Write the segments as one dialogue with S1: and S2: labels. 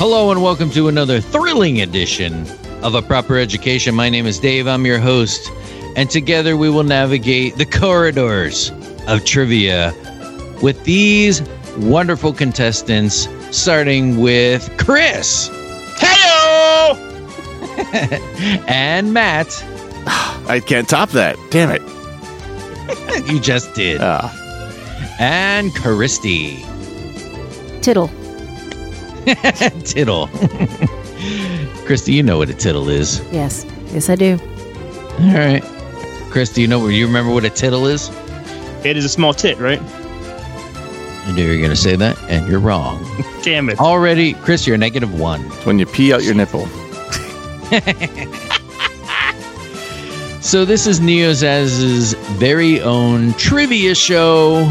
S1: Hello and welcome to another thrilling edition of A Proper Education. My name is Dave, I'm your host, and together we will navigate the corridors of trivia with these wonderful contestants, starting with Chris
S2: Heyo!
S1: and Matt.
S2: I can't top that. Damn it.
S1: You just did.
S2: Ah.
S1: And Christy.
S3: Tittle.
S1: Tittle. Christy, you know what a tittle is.
S3: Yes. Yes, I do.
S1: All right. Christy, you know you remember what a tittle is?
S4: It is a small tit, right?
S1: I knew you were gonna say that, and you're wrong.
S4: Damn it.
S1: Already, Chris, you're negative one.
S2: it's when you pee out your nipple.
S1: So this is Neozaz's very own trivia show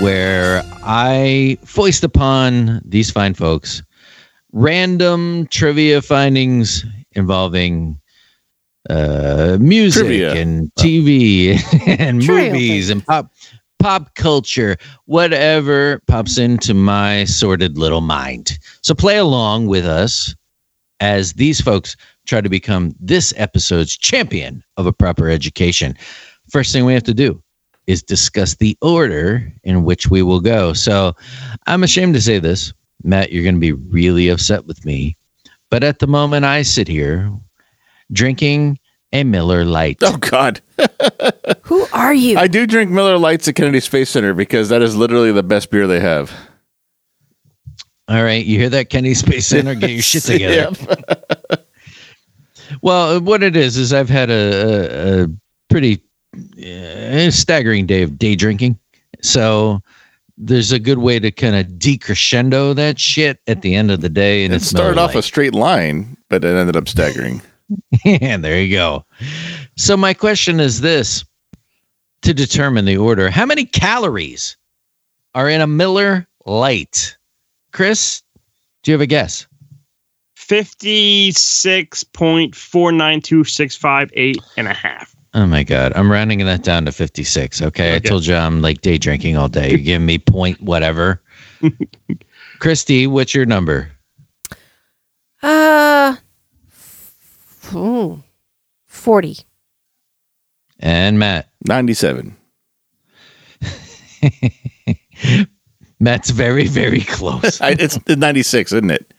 S1: where I foist upon these fine folks random trivia findings involving uh, music
S2: Trivia.
S1: and TV and
S3: Trivial
S1: movies and pop pop culture, whatever pops into my sordid little mind. So play along with us as these folks try to become this episode's champion of a proper education. First thing we have to do is discuss the order in which we will go. So I'm ashamed to say this. Matt, you're going to be really upset with me. But at the moment, I sit here drinking a Miller Light.
S2: Oh, God.
S3: Who are you?
S2: I do drink Miller Lights at Kennedy Space Center because that is literally the best beer they have.
S1: All right, you hear that, Kennedy Space Center? Get your shit together. Well, what it is is I've had a, a, a pretty uh, staggering day of day drinking, so there's a good way to kind of decrescendo that shit at the end of the day, and
S2: It
S1: it's
S2: started
S1: Miller
S2: off a
S1: Lite.
S2: straight line, but it ended up staggering.
S1: and there you go. So my question is this: to determine the order, how many calories are in a Miller Light? Chris, do you have a guess?
S4: 56.492658 and a half.
S1: Oh my god, I'm rounding that down to 56. Okay, I
S4: Okay.
S1: told you I'm like day drinking all day. You're giving me point whatever. Christy, what's your number?
S3: Uh, f- ooh, 40.
S1: And Matt.
S2: 97.
S1: Matt's very very close.
S2: I, it's 96, isn't it?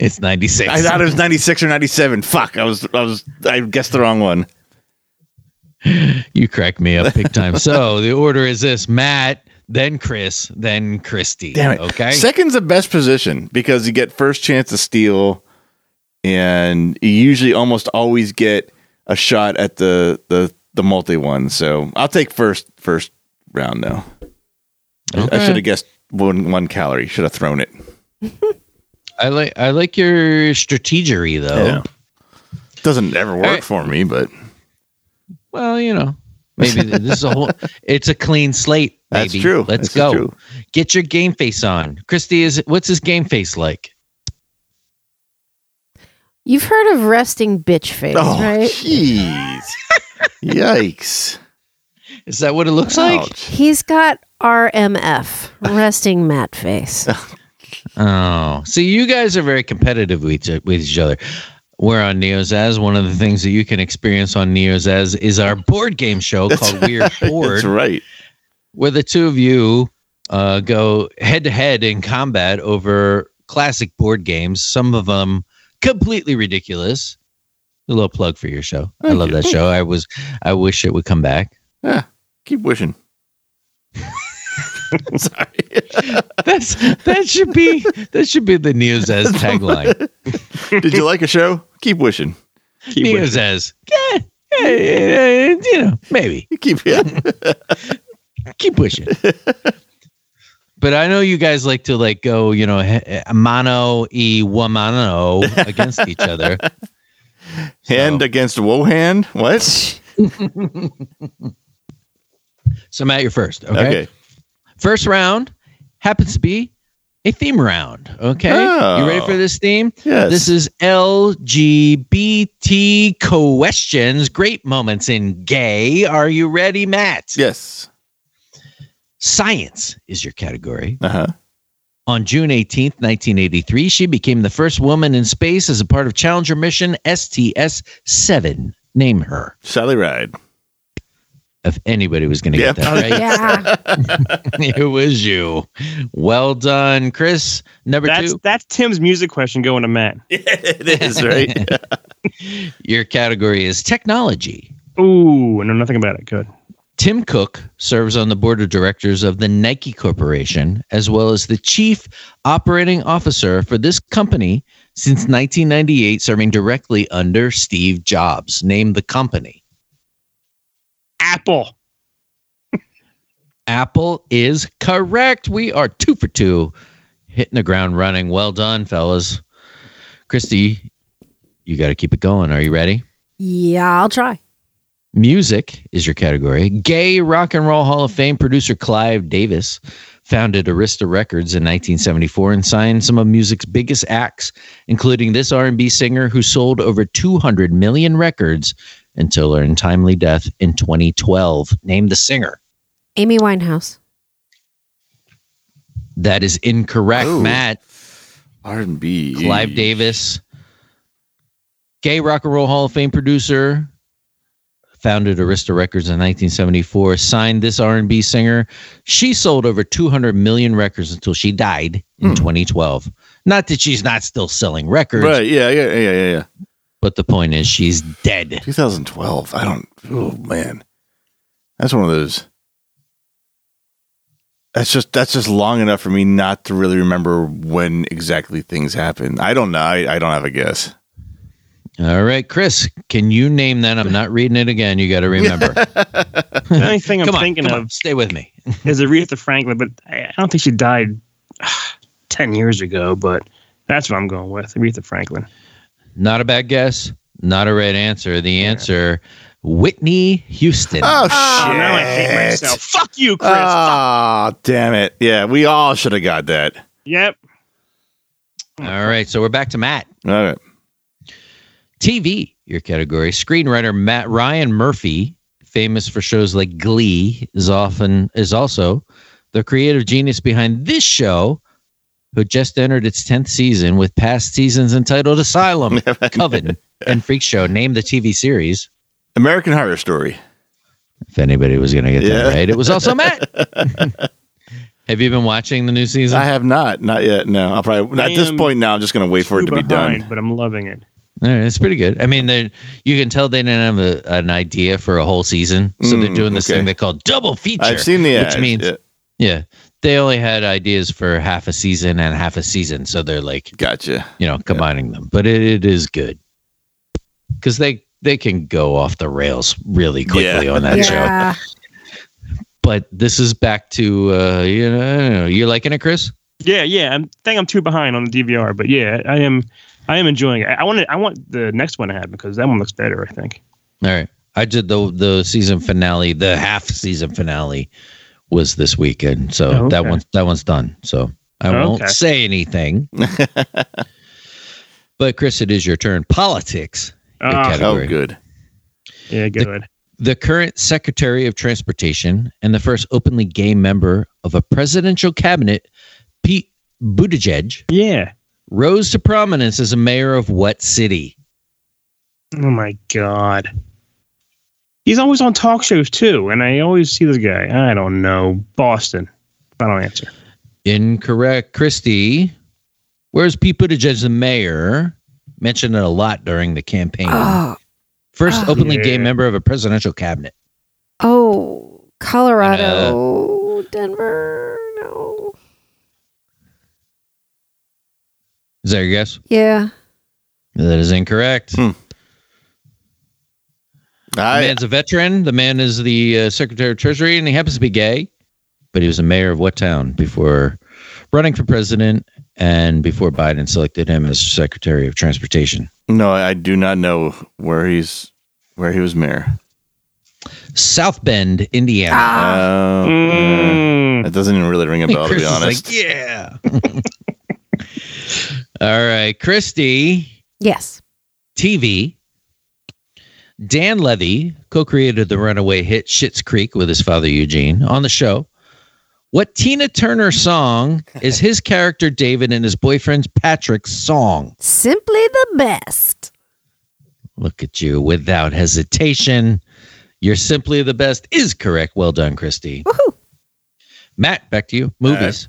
S1: It's 96.
S2: I thought it was 96 or 97. Fuck. I was, I was, I guessed the wrong one.
S1: you crack me up big time. so the order is this: Matt, then Chris, then Christy.
S2: Damn it.
S1: Okay.
S2: Second's the best position because you get first chance to steal, and you usually almost always get a shot at the the the multi one. So I'll take first first round now. I- I
S1: Okay.
S2: should have guessed one one calorie. Should have thrown it.
S1: I like I like your strategery though.
S2: Yeah. Doesn't ever work
S1: All right.
S2: for me, but
S1: Well, you know, maybe this is a whole. It's a clean slate.
S2: That's
S1: baby.
S2: true.
S1: Let's
S2: This is
S1: go.
S2: true.
S1: Get your game face on, Christy. Is what's his game face like?
S3: You've heard of resting bitch face,
S2: oh
S3: right?
S2: jeez, yikes!
S1: Is that what it looks like?
S2: Ouch.
S3: He's got RMF, resting matte face.
S1: Oh, so you guys are very competitive with each, with each other. We're on NeoZaz. One of the things that you can experience on NeoZaz is our board game show called We're
S2: That's
S1: Bored,
S2: right.
S1: where the two of you uh, go head to head in combat over classic board games. Some of them completely ridiculous. A little plug for your show. I
S2: Thank
S1: love
S2: you.
S1: that show. I was, I wish it would come back.
S2: Keep wishing. Sorry.
S1: That's that should be that should be the NeoZaz tagline.
S2: Did you like a show? Keep wishing.
S4: Keep with-
S1: NeoZaz, yeah, yeah, yeah, yeah, you know, maybe.
S2: Keep yeah.
S1: keep pushing. but I know you guys like to like go, you know, he- eh, mano e womano against each other.
S2: Hand
S1: So-
S2: against Wohan? What?
S1: So Matt, you're first. Okay.
S2: Okay.
S1: First round happens to be a theme round. Okay. You ready
S2: Oh.
S1: for this theme?
S2: Yes.
S1: This is LGBT questions, great moments in gay. Are you ready, Matt?
S2: yes.
S1: Science is your category.
S2: Uh huh.
S1: On June 18, 1983, she became the first woman in space as a part of Challenger mission STS 7. Name her
S2: Sally Ride.
S1: if anybody was going to get
S2: Yeah.
S1: that right.
S3: Yeah.
S1: it was you. Well done, Chris. Number
S4: That's
S1: two,
S4: that's Tim's music question going to Matt.
S2: it is right.
S1: your category is technology.
S4: Ooh, I know nothing about it. Good.
S1: Tim Cook serves on the board of directors of the Nike Corporation, as well as the chief operating officer for this company since 1998, serving directly under Steve Jobs. Name the company.
S4: Apple.
S1: Apple is correct. We are two for two, hitting the ground running. Well done, fellas. Christy, you got to keep it going. Are you ready?
S3: yeah, I'll try.
S1: Music is your category. Gay Rock and Roll Hall of Fame producer Clive Davis founded Arista Records in 1974 and signed some of music's biggest acts, including this R&B singer who sold over 200 million records until her untimely death in 2012. Name the singer.
S3: Amy Winehouse.
S1: That is incorrect,
S2: Oh.
S1: Matt.
S2: R and B.
S1: Clive Davis, gay rock and roll Hall of Fame producer, founded Arista Records in 1974, signed this R&B singer. She sold over 200 million records until she died in
S2: Hmm.
S1: 2012. Not that she's not still selling records,
S2: Right. Yeah. Yeah. Yeah. Yeah. Yeah.
S1: but the point is she's dead.
S2: 2012. I don't. Oh man, that's one of those. That's just that's just long enough for me not to really remember when exactly things happened. I don't know. I, I don't have a guess.
S1: All right, Chris, can you name that? I'm not reading it again. You got to remember.
S4: The only thing I'm
S1: come on,
S4: thinking
S1: come
S4: of
S1: on, stay with me.
S4: is Aretha Franklin, but I, I don't think she died ten years ago. But that's what I'm going with, Aretha Franklin.
S1: Not a bad guess. Not a right answer. The answer, Whitney Houston.
S2: Oh,
S4: Oh,
S2: shit!
S4: now I hate myself. Fuck you, Chris.
S1: Uh,
S2: Ah, damn it! Yeah, we all should have got that.
S4: Yep.
S1: All right, so we're back to Matt.
S2: All right.
S1: TV, your category. Screenwriter Matt Ryan Murphy, famous for shows like Glee, is often is also the creative genius behind this show, who just entered its tenth season with past seasons entitled Asylum, Coven, and Freak Show. Name the TV series.
S2: American Horror Story.
S1: If anybody was going to get
S2: Yeah.
S1: that right, it was also Matt. Have you been watching the new season?
S2: I have not, not yet. No, I'll probably
S4: I
S2: at this
S4: am
S2: point now. I'm just going to wait for it to
S4: Two
S2: be
S4: behind,
S2: done.
S4: But I'm loving it.
S1: All right, it's pretty good. I mean, they you can tell they didn't have a, an idea for a whole season, so they're
S2: Mm,
S1: doing this
S2: okay.
S1: thing they call double feature.
S2: I've seen the
S1: which
S2: ad.
S1: means-
S2: Yeah,
S1: Yeah, they only had ideas for half a season and half a season, so they're like
S2: gotcha.
S1: you know combining them. But it, it is good because they they can go off the rails really quickly
S2: Yeah.
S1: on that show.
S3: yeah.
S1: But this is back to uh, you know, I don't know you're liking it, Chris.
S4: Yeah, yeah. I think I'm too behind on the DVR, but yeah, I am. I am enjoying it. I want to. I want the next one to happen because that one looks better. I think.
S1: All right, I did the the season finale, the half season finale was this weekend, so
S4: Oh,
S1: that
S4: okay.
S1: one's that one's done. So I
S4: Oh,
S1: won't
S4: okay.
S1: say anything. but Chris, it is your turn. Politics.
S4: Ah,
S1: category.
S2: Oh, good.
S4: yeah, good.
S1: the current Secretary of Transportation and the first openly gay member of a presidential cabinet, Pete Buttigieg,
S4: Yeah.
S1: rose to prominence as a mayor of what city?
S4: Oh my god. He's always on talk shows too, and I always see this guy. I don't know Boston. Final answer.
S1: Incorrect, Christie. Where's Pete Buttigieg, the mayor? Mentioned it a lot during the campaign.
S3: Oh,
S1: first
S3: oh.
S1: openly gay
S4: Yeah.
S1: member of a presidential cabinet.
S3: oh, Colorado, Denver. No.
S1: Is that your guess?
S3: Yeah.
S1: That is incorrect.
S2: Hmm.
S1: The
S2: I,
S1: man's a veteran. The man is the uh, Secretary of Treasury, and he happens to be gay. But he was a mayor of what town before running for president and before Biden selected him as Secretary of Transportation?
S2: no, I do not know where he's where he was mayor.
S1: South Bend, Indiana.
S2: Oh,
S3: Ah.
S2: yeah.
S4: Mm.
S2: That doesn't even really ring a bell, to
S1: Chris
S2: be
S1: is
S2: honest.
S1: like, yeah. All right, Christy.
S3: yes.
S1: TV. Dan Levy co created the runaway hit Schitt's Creek with his father Eugene. On the show, What Tina Turner song is his character David and his boyfriend Patrick's song?
S3: Simply the best.
S1: Look at you without hesitation. You're simply the best is correct. Well done, Christy.
S3: Woohoo.
S1: Matt, back to you. Movies.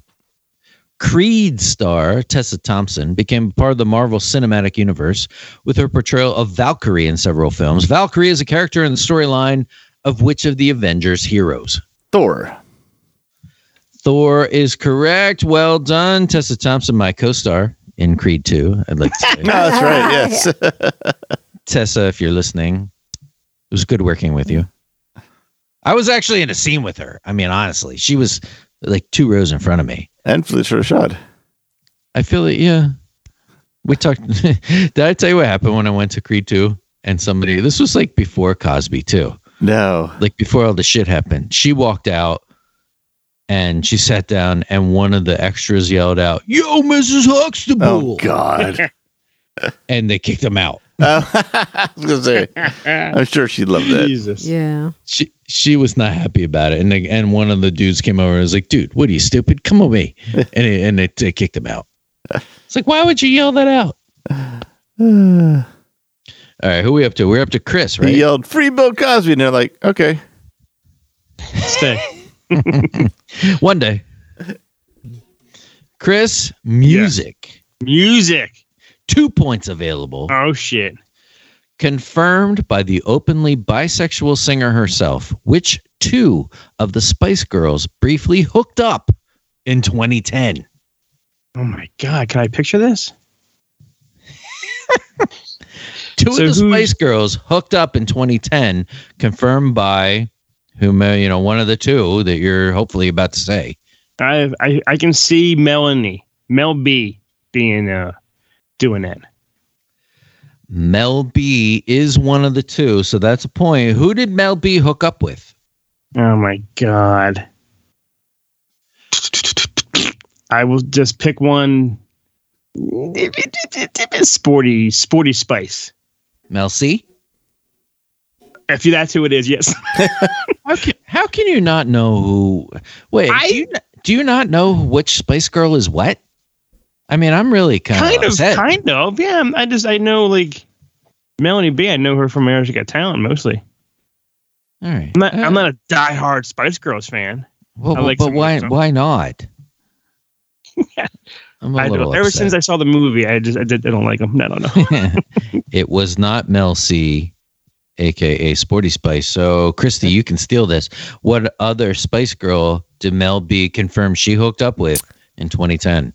S1: Creed star Tessa Thompson became part of the Marvel Cinematic Universe with her portrayal of Valkyrie in several films. Valkyrie is a character in the storyline of which of the Avengers heroes?
S2: Thor.
S1: Thor is correct. Well done, Tessa Thompson, my co star in Creed 2. I'd like to say.
S2: No, Ah, that's right. Yes.
S1: Tessa, if you're listening, it was good working with you. I was actually in a scene with her. I mean, honestly, she was like two rows in front of me.
S2: and Felicia Rashad.
S1: I feel it. Yeah. We talked. did I tell you what happened when I went to Creed 2 and somebody, this was like before Cosby, too,
S2: No.
S1: like before all the shit happened. She walked out and she sat down, and one of the extras yelled out, Yo, Mrs.
S2: Oh
S1: Huxtable.
S2: God.
S1: and they kicked him out.
S2: Oh, I was gonna say. I'm sure she'd love that.
S4: Jesus.
S3: Yeah.
S1: she she was not happy about it, and the, and one of the dudes came over and was like, "Dude, what are you stupid? Come with me," and it, and it, it kicked him out. It's like, why would you yell that out? All right, who we up to? We're up to Chris, right?
S2: He yelled, "Free Bill Cosby," and they're like, "Okay."
S4: Stay.
S1: One day, Chris, music.
S4: Music.
S1: Two points available,
S4: Oh shit.
S1: confirmed by the openly bisexual singer herself. Which two of the Spice Girls briefly hooked up in 2010?
S4: Oh my god. Can I picture this?
S1: Two
S4: So
S1: of the
S4: who's-
S1: Spice Girls hooked up in 2010, confirmed by whom uh, you know one of the two that you're hopefully about to say.
S4: I I, I can see Melanie Mel B being uh doing that.
S1: Mel B is one of the two, so that's a point. Who did Mel B hook up with?
S4: Oh my god. I will just pick one. Sporty, sporty spice.
S1: Mel C.
S4: If that's who it is, yes.
S1: How can how can you not know who? Wait,
S4: I-
S1: do, you, n- do you not know which Spice Girl is what? I mean, I'm really kind,
S4: kind
S1: of
S4: of,
S1: upset.
S4: kind of. Yeah, I'm- I just I know like Melanie B. I know her from America's Got Talent mostly.
S1: All right,
S4: I'm not, I'm
S1: Uh,
S4: not a diehard Spice Girls fan.
S1: well,
S4: I like
S1: but
S4: some
S1: why
S4: of them.
S1: why not? I'm a
S4: I
S1: little
S4: don't, ever
S1: upset.
S4: since I saw the movie, I just I, did, I don't like them. I don't know.
S1: it was not Mel C, aka Sporty Spice. So, Christy, you can steal this. What other Spice Girl did Mel B confirm she hooked up with in 2010?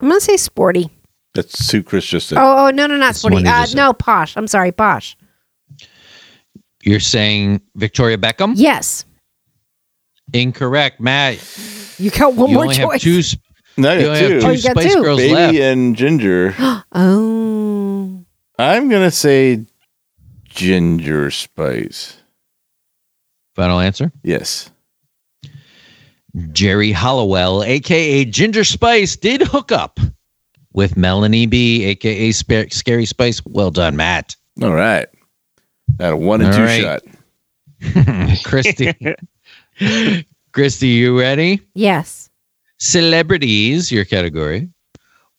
S3: I'm going to say sporty.
S2: That's who Chris just said.
S3: Oh, oh no, no, not
S1: That's the one
S3: sporty.
S1: he
S3: Uh,
S1: just said.
S3: no, posh. I'm sorry, posh.
S1: You're saying Victoria Beckham?
S3: Yes.
S1: Incorrect, Matt.
S3: You got one
S1: you
S3: more
S1: only have
S3: choice.
S1: two. s-
S2: no,
S1: You
S2: you
S1: only
S2: two.
S1: have
S3: Oh,
S1: two
S3: you got
S1: Spice
S3: two.
S1: Girls
S2: Baby
S1: left.
S2: and Ginger.
S3: oh.
S2: I'm gonna say Ginger Spice.
S1: Final answer:
S2: Yes.
S1: Jerry Hollowell, aka Ginger Spice, did hook up with Melanie B, aka Spa- Scary Spice. Well done, Matt.
S2: All right. Got a one and
S1: All
S2: two
S1: right.
S2: shot.
S1: Christy, Christy, you ready?
S3: Yes.
S1: celebrities, your category.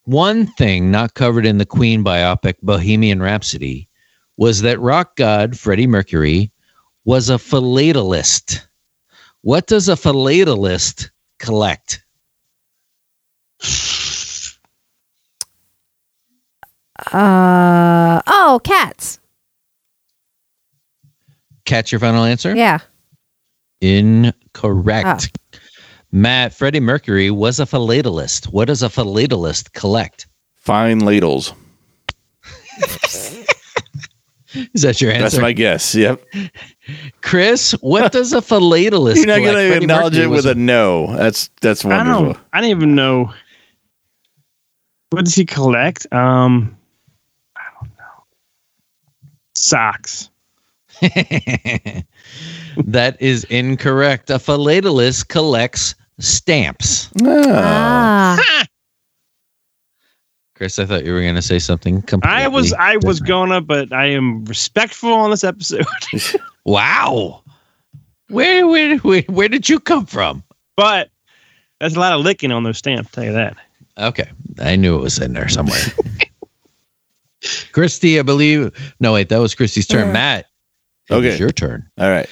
S1: One thing not covered in the Queen biopic Bohemian Rhapsody was that rock god Freddie Mercury was a philatelist. What does a philatelist collect?
S3: Uh oh, cats.
S1: Catch your final answer?
S3: Yeah.
S1: Incorrect. Matt, Freddie Mercury was a philatelist. What does a philatelist collect?
S2: Fine ladles.
S1: Is that your
S2: That's
S1: answer?
S2: my guess. Yep.
S1: Chris, what does a philatelist
S2: You're not
S1: collect?
S2: gonna
S1: Freddie
S2: acknowledge
S1: Mercury
S2: it
S1: was
S2: with a no. That's that's
S4: I
S2: wonderful.
S4: don't. I don't even know. What does he collect? Um, I don't know. Socks.
S1: that is incorrect. A philatelist collects stamps.
S2: Ah.
S3: Ah.
S1: Chris, I thought you were going to say something completely.
S4: I was. I was
S1: different.
S4: gonna, but I am respectful on this episode.
S1: Wow. Where, where, where, where did you come from?
S4: But that's a lot of licking on those stamps, tell you that.
S1: Okay. I knew it was in there somewhere. Christy, I believe. No, wait, that was Christy's turn. Matt, it
S2: Okay.
S1: was your turn.
S2: All right.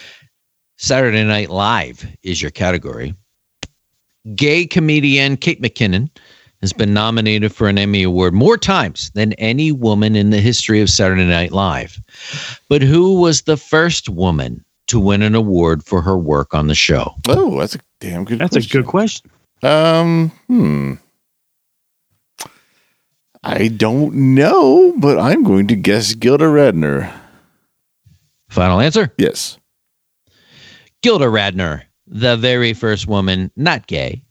S1: Saturday Night Live is your category. Gay comedian Kate McKinnon has been nominated for an Emmy Award more times than any woman in the history of Saturday Night Live. But who was the first woman to win an award for her work on the show?
S2: Oh, that's a damn good.
S4: That's a
S2: question.
S4: good question.
S2: Um, hmm. I don't know, but I'm going to guess Gilda Radner.
S1: Final answer
S2: Yes.
S1: Gilda Radner, the very first woman, not gay,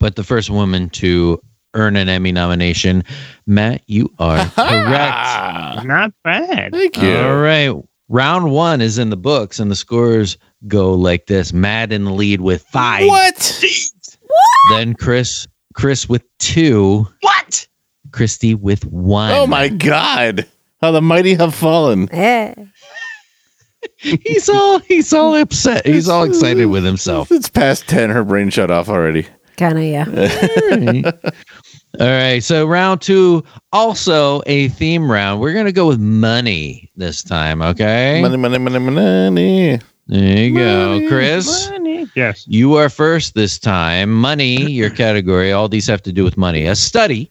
S1: but the first woman to earn an Emmy nomination. Matt, you are correct.
S2: Ah,
S4: Not bad.
S2: Thank you.
S1: All right. Round one is in the books, and the scores go like this Matt in the lead with five.
S2: What?
S1: Then Chris, Chris with two. What? Christy with one.
S2: Oh my God! How the mighty have fallen.
S3: Eh.
S1: He's all he's all upset. He's all excited with himself.
S2: It's past ten. Her brain shut off already.
S3: Kind of, yeah.
S1: Eh. All right. All right. So round two, also a theme round. We're gonna go with money this time. Okay.
S2: Money, money, money, money.
S1: There you
S2: Money,
S1: go, Chris.
S4: Yes.
S1: You are first this time. Money, your category. All these have to do with money. A study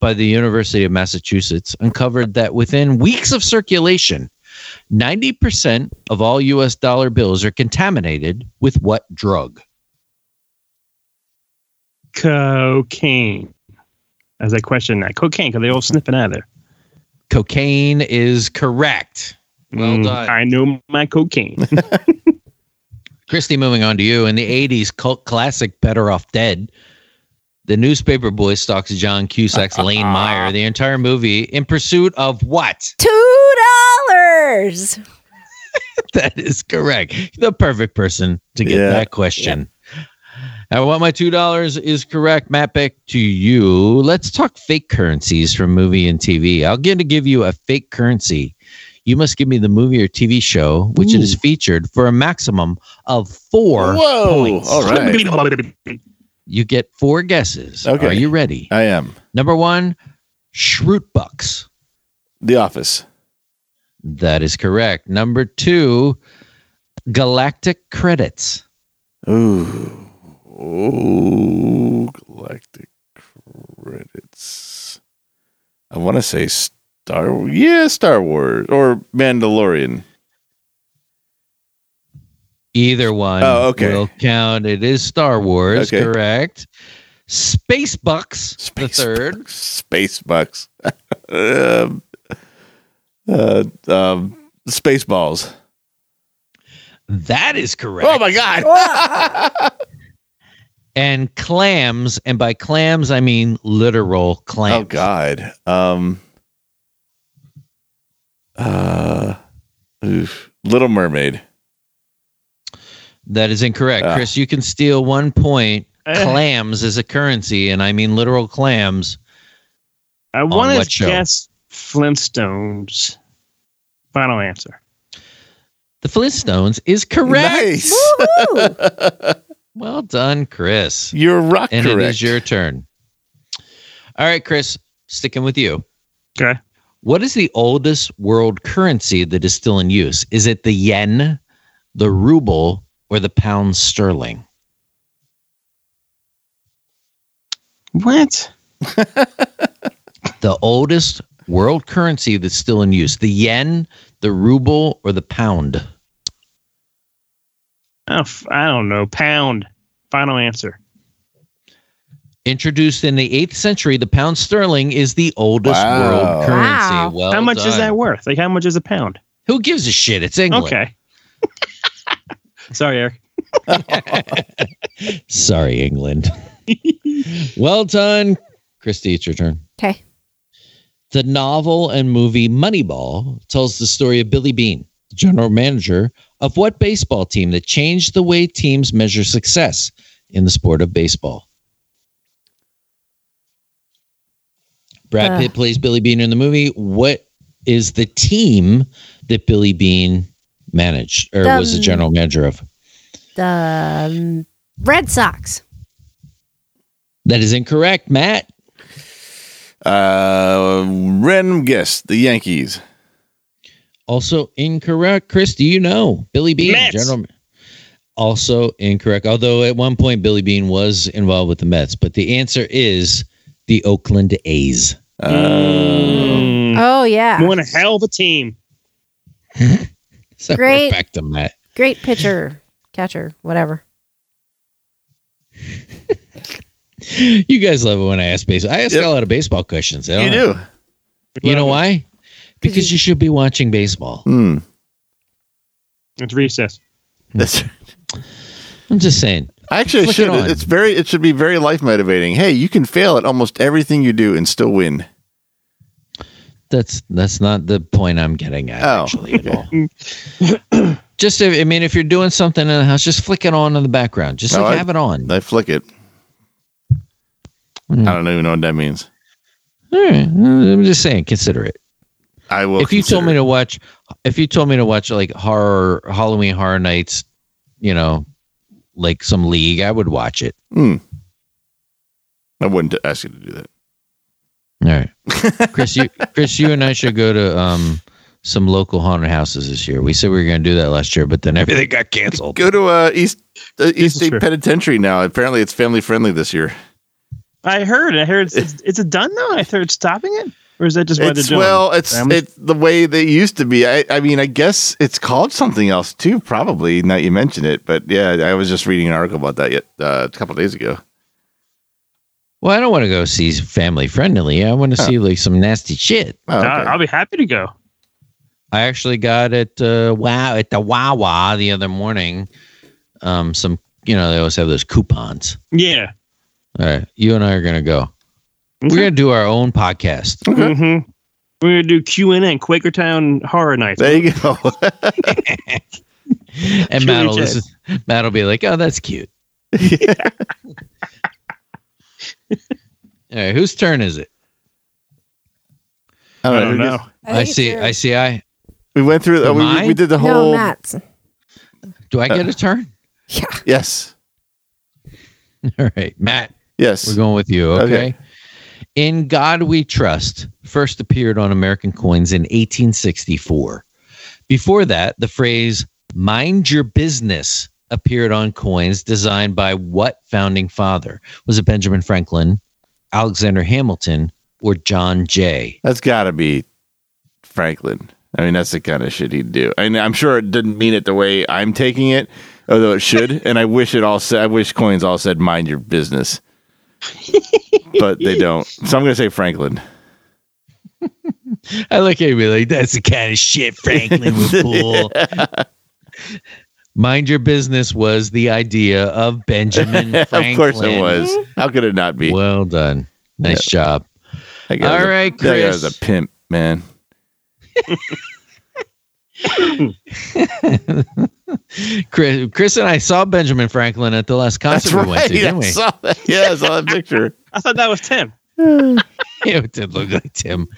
S1: by the University of Massachusetts uncovered that within weeks of circulation, 90% of all US dollar bills are contaminated with what drug?
S4: Cocaine. As I question that. Cocaine, because they all sniffing out of there.
S1: Cocaine is correct. Well done.
S4: Mm, I know my cocaine.
S1: Christy, moving on to you. In the 80s cult classic Better Off Dead, the newspaper boy stalks John Cusack's Lane Meyer the entire movie in pursuit of what?
S3: Two dollars.
S1: That is correct. You're the perfect person to get
S2: Yeah.
S1: that question. I want my two dollars is correct. Matt back to you. Let's talk fake currencies from movie and TV. I'm going to give you a fake currency. You must give me the movie or TV show which it is featured for a maximum of four
S2: Whoa!
S1: points.
S2: All right,
S1: You get four guesses.
S2: Okay. Uh.
S1: Are you ready?
S2: I am
S1: Number one, Shroot Bucks.
S2: The Office.
S1: That is correct. Number two, Galactic Credits.
S2: Ooh, ooh, galactic credits. I want to say Star. Yeah, Star Wars or Mandalorian.
S1: Either one
S2: Oh, okay.
S1: will count. It is Star Wars,
S2: Okay.
S1: correct? Space Bucks, the third.
S2: Bucks. Space Bucks. um, uh, um, Spaceballs.
S1: That is correct.
S2: Oh my Oh, god!
S1: And clams, and by clams I mean literal clams.
S2: oh god. Um. Uh, oof. Little Mermaid.
S1: That is incorrect,
S2: Ah.
S1: Chris. You can steal one point.
S4: Eh.
S1: Clams is a currency, and I mean literal clams.
S4: I want
S1: what
S4: to
S1: show?
S4: guess Flintstones. Final answer.
S1: The Flintstones is correct.
S2: Nice.
S3: Woohoo.
S1: Well done, Chris.
S2: You're rock
S1: and
S2: correct.
S1: it is your turn. All right, Chris, sticking with you.
S4: Okay.
S1: What is the oldest world currency that is still in use? Is it the yen, the ruble, or the pound sterling?
S4: What?
S1: The oldest world currency that's still in use the yen, the ruble, or the pound?
S4: Oh, f- I don't know. Pound. Final answer.
S1: Introduced in the 8th century, the pound sterling is the oldest
S2: Wow.
S1: world currency.
S3: Wow.
S1: Well
S4: how much is
S1: done.
S4: that worth? Like, how much is a pound?
S1: Who gives a shit? It's England.
S4: Okay. Sorry, Eric.
S1: Sorry, England. well done. Christy, it's your turn.
S3: Okay.
S1: The novel and movie Moneyball tells the story of Billy Bean, the general manager of what baseball team that changed the way teams measure success in the sport of baseball? Brad
S3: Uh.
S1: Pitt plays Billy Bean in the movie. What is the team that Billy Bean managed or was the
S3: Um,
S1: general manager of?
S3: the um, Red Sox.
S1: That is incorrect, Matt.
S2: Uh, random guess: the Yankees.
S1: Also incorrect. Chris, do you know Billy Bean?
S4: Mets.
S1: General. Also incorrect. Although at one point Billy Bean was involved with the Mets, but the answer is the Oakland A's. Mm.
S2: Uh,
S1: Hmm.
S3: Oh yeah,
S4: Mm. One hell of a team.
S1: So
S3: Great.
S1: we're back to Matt.
S3: great pitcher, catcher, whatever.
S1: You guys love it when I ask baseball. I ask
S2: Yep.
S1: a lot of baseball questions. I
S2: you
S1: don't-
S2: do.
S1: You know why? Because
S3: you-
S1: you should be watching baseball.
S2: Hmm.
S4: It's recess.
S2: That's,
S1: I'm just saying.
S2: actually, it
S1: Flick it
S2: should.
S1: on.
S2: it's very. It should be very life motivating. Hey, you can fail at almost everything you do and still win.
S1: That's that's not the point I'm getting at
S2: Oh,
S1: actually at all. just if, I mean, if you're doing something in the house, just flick it on in the background. Just
S2: No,
S1: like
S2: I-
S1: have it on.
S2: I flick it.
S1: Hmm.
S2: I don't even know what that means.
S1: All right. Hmm, I'm just saying, consider it.
S2: I will.
S1: if you told
S2: consider
S1: me
S2: it.
S1: to watch, if you told me to watch like horror Halloween Horror Nights, you know, like some league, I would watch it.
S2: I wouldn't ask you to do that.
S1: All right, Chris, you Chris, you and I should go to um some local haunted houses this year. We said we were going to do that last year, but then everything got canceled.
S2: Go to uh, East uh,
S4: is
S2: East State
S4: true.
S2: Penitentiary now. Apparently, it's family friendly this year.
S4: I heard. I heard it's, it's, it's a done now. I heard it's stopping it, or is that just what
S2: It's,
S4: they're doing?
S2: well, it's
S4: Family-
S2: it's the way they used to be. I, I mean, I guess it's called something else too. Probably now that you mention it, but yeah, I was just reading an article about that yet uh, a couple days ago.
S1: Well, I don't want to go see family friendly. I want to
S2: Huh.
S1: see like some nasty shit.
S2: Oh,
S4: Nah,
S2: okay.
S4: Ah, I'll be happy to go.
S1: I actually got at uh, wow at the Wawa the other morning. Um, some you know they always have those coupons.
S4: Yeah.
S1: All right, you and I are gonna go. We're
S4: Okay.
S1: gonna do our own podcast.
S4: Mm-hmm. We're gonna do Q and A Quakertown Horror Nights.
S2: There you go.
S1: And
S4: Sure
S1: Matt
S4: we
S1: will,
S4: did.
S1: listen, Matt will be like, oh, that's cute. All right, whose turn is it?
S2: All
S4: I
S2: right,
S4: don't
S2: we
S4: know.
S2: just-
S1: I, see. I see. I
S2: We went through. Uh, we,
S1: Mine?
S2: we did the
S3: no
S2: whole.
S3: Matt's.
S1: do. I get a turn.
S3: Yeah,
S2: yes.
S1: All right, Matt, we're
S2: Yes.
S1: going with you. Okay.
S2: Okay.
S1: In God We Trust first appeared on American coins in 1864. Before that, the phrase "mind your business" appeared on coins designed by what founding father? Was it Benjamin Franklin, Alexander Hamilton, or John Jay?
S2: That's got to be Franklin. I mean, that's the kind of shit he'd do. And I'm sure it didn't mean it the way I'm taking it, although it should. and I wish it all said, I wish coins all said, mind your business. but they don't. So I'm going to say Franklin.
S1: I look at you and be like, that's the kind of shit Franklin would pull. Mind your business was the idea of Benjamin
S2: of
S1: Franklin.
S2: course it was. How could it not be?
S1: Well done. Nice job.
S2: That guy
S1: All
S2: was a-
S1: right,
S2: That guy was
S1: Chris.
S2: a pimp, man.
S1: Chris, Chris and I saw Benjamin Franklin at the last concert
S2: That's
S1: we went
S2: right.
S1: to, didn't
S2: I
S1: we?
S2: saw that. Yeah, I saw that picture.
S4: I thought that was Tim.
S1: it did look like Tim.